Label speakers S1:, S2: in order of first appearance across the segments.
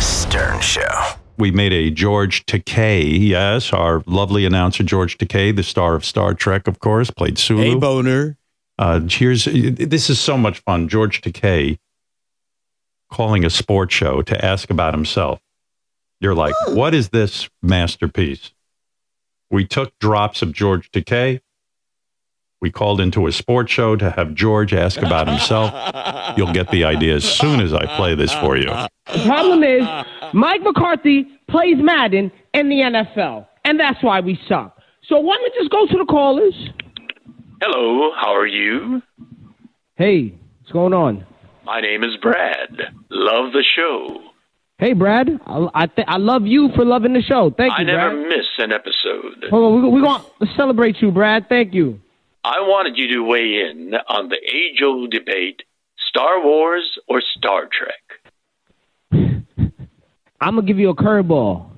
S1: Stern Show.
S2: we made a George Takei. Yes, our lovely announcer George Takei, the star of Star Trek, of course, played Sulu.
S3: Hey, boner.
S2: uh, here's this is so much fun. George Takei calling a sports show to ask about himself. You're like, what is this masterpiece? We took drops of George Takei. We called into a sports show to have George ask about himself. You'll get the idea as soon as I play this for you.
S4: The problem is Mike McCarthy plays Madden in the NFL, and that's why we suck. So why don't we just go to the callers?
S5: Hello, how are you?
S4: Hey, what's going on?
S5: My name is Brad. Love the show.
S4: Hey, Brad, I I, th- I love you for loving the show. Thank
S5: I
S4: you,
S5: never
S4: Brad.
S5: miss an episode.
S4: Hold on, we're we going to celebrate you, Brad. Thank you.
S5: I wanted you to weigh in on the age old debate Star Wars or Star Trek?
S4: I'm gonna give you a curveball.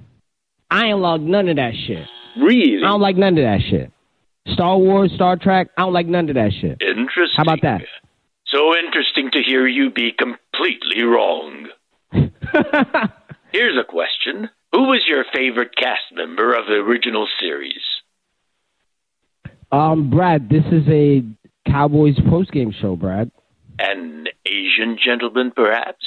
S4: I ain't like none of that shit.
S5: Really?
S4: I don't like none of that shit. Star Wars, Star Trek, I don't like none of that shit.
S5: Interesting.
S4: How about that?
S5: So interesting to hear you be completely wrong. Here's a question Who was your favorite cast member of the original series?
S4: Um, Brad, this is a Cowboys postgame show, Brad.
S5: An Asian gentleman, perhaps?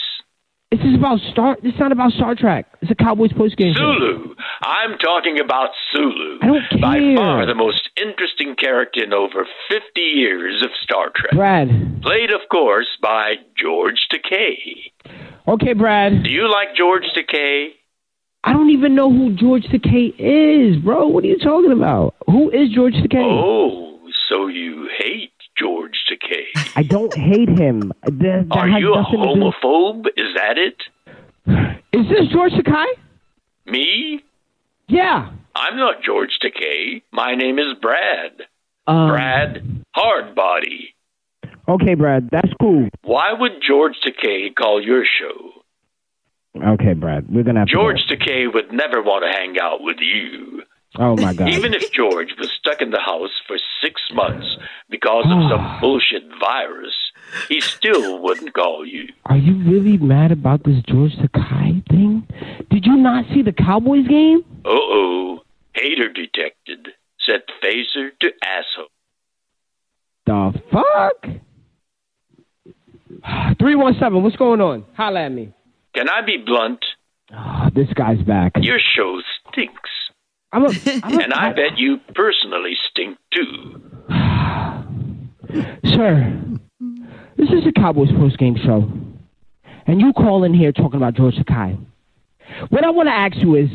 S4: This is about Star. This is not about Star Trek. It's a Cowboys postgame show.
S5: Sulu. I'm talking about Sulu.
S4: I don't
S5: By
S4: care.
S5: far the most interesting character in over 50 years of Star Trek.
S4: Brad.
S5: Played, of course, by George Takei.
S4: Okay, Brad.
S5: Do you like George Takei?
S4: I don't even know who George Takei is, bro. What are you talking about? Who is George Takei?
S5: Oh, so you hate George Takei.
S4: I don't hate him. That, that
S5: Are
S4: has
S5: you a
S4: nothing to do-
S5: homophobe? Is that it?
S4: Is this George Takei?
S5: Me?
S4: Yeah.
S5: I'm not George Takei. My name is Brad.
S4: Um,
S5: Brad Hardbody.
S4: Okay, Brad. That's cool.
S5: Why would George Takei call your show?
S4: Okay, Brad. We're gonna have to
S5: George
S4: go.
S5: Takei would never want to hang out with you.
S4: Oh my God.
S5: Even if George was stuck in the house for six months because of some bullshit virus, he still wouldn't call you.
S4: Are you really mad about this George Sakai thing? Did you not see the Cowboys game?
S5: Uh oh. Hater detected. Set phaser to asshole.
S4: The fuck? 317, what's going on? Holla at me.
S5: Can I be blunt?
S4: Ah, this guy's back.
S5: Your show stinks.
S4: I'm a, I'm a,
S5: And I bet you personally stink too.
S4: Sir, this is a Cowboys postgame show. And you call in here talking about George Sakai. What I want to ask you is,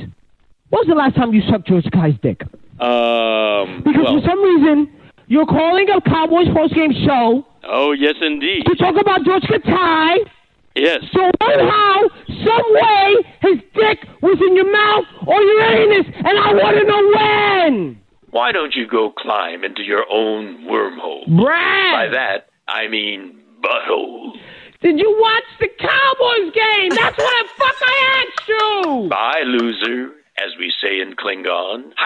S4: when's the last time you sucked George Sakai's dick?
S5: Um,
S4: Because for some reason, you're calling a Cowboys postgame show
S5: oh, yes, indeed.
S4: to talk about George Sakai.
S5: Yes.
S4: So somehow, some way, his dick was in your mouth or your anus, and I want to know when.
S5: Why don't you go climb into your own wormhole? By
S4: Brad,
S5: that, I mean butthole.
S4: did you watch the Cowboys game? That's what the fuck I asked you.
S5: Bye, loser, as we say in Klingon.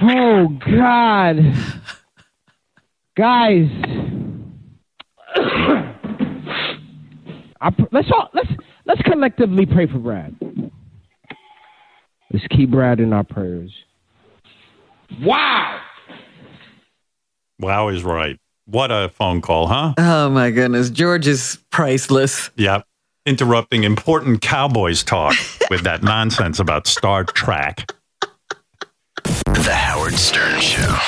S4: Oh God, guys, I, pr- let's all let's let's collectively pray for Brad. Let's keep Brad in our prayers. Wow.
S2: Wow is right. What a phone call, huh?
S6: Oh my goodness, George is priceless.
S2: Yep. Interrupting important Cowboys talk with that nonsense about Star Trek.
S1: The Howard Stern Show.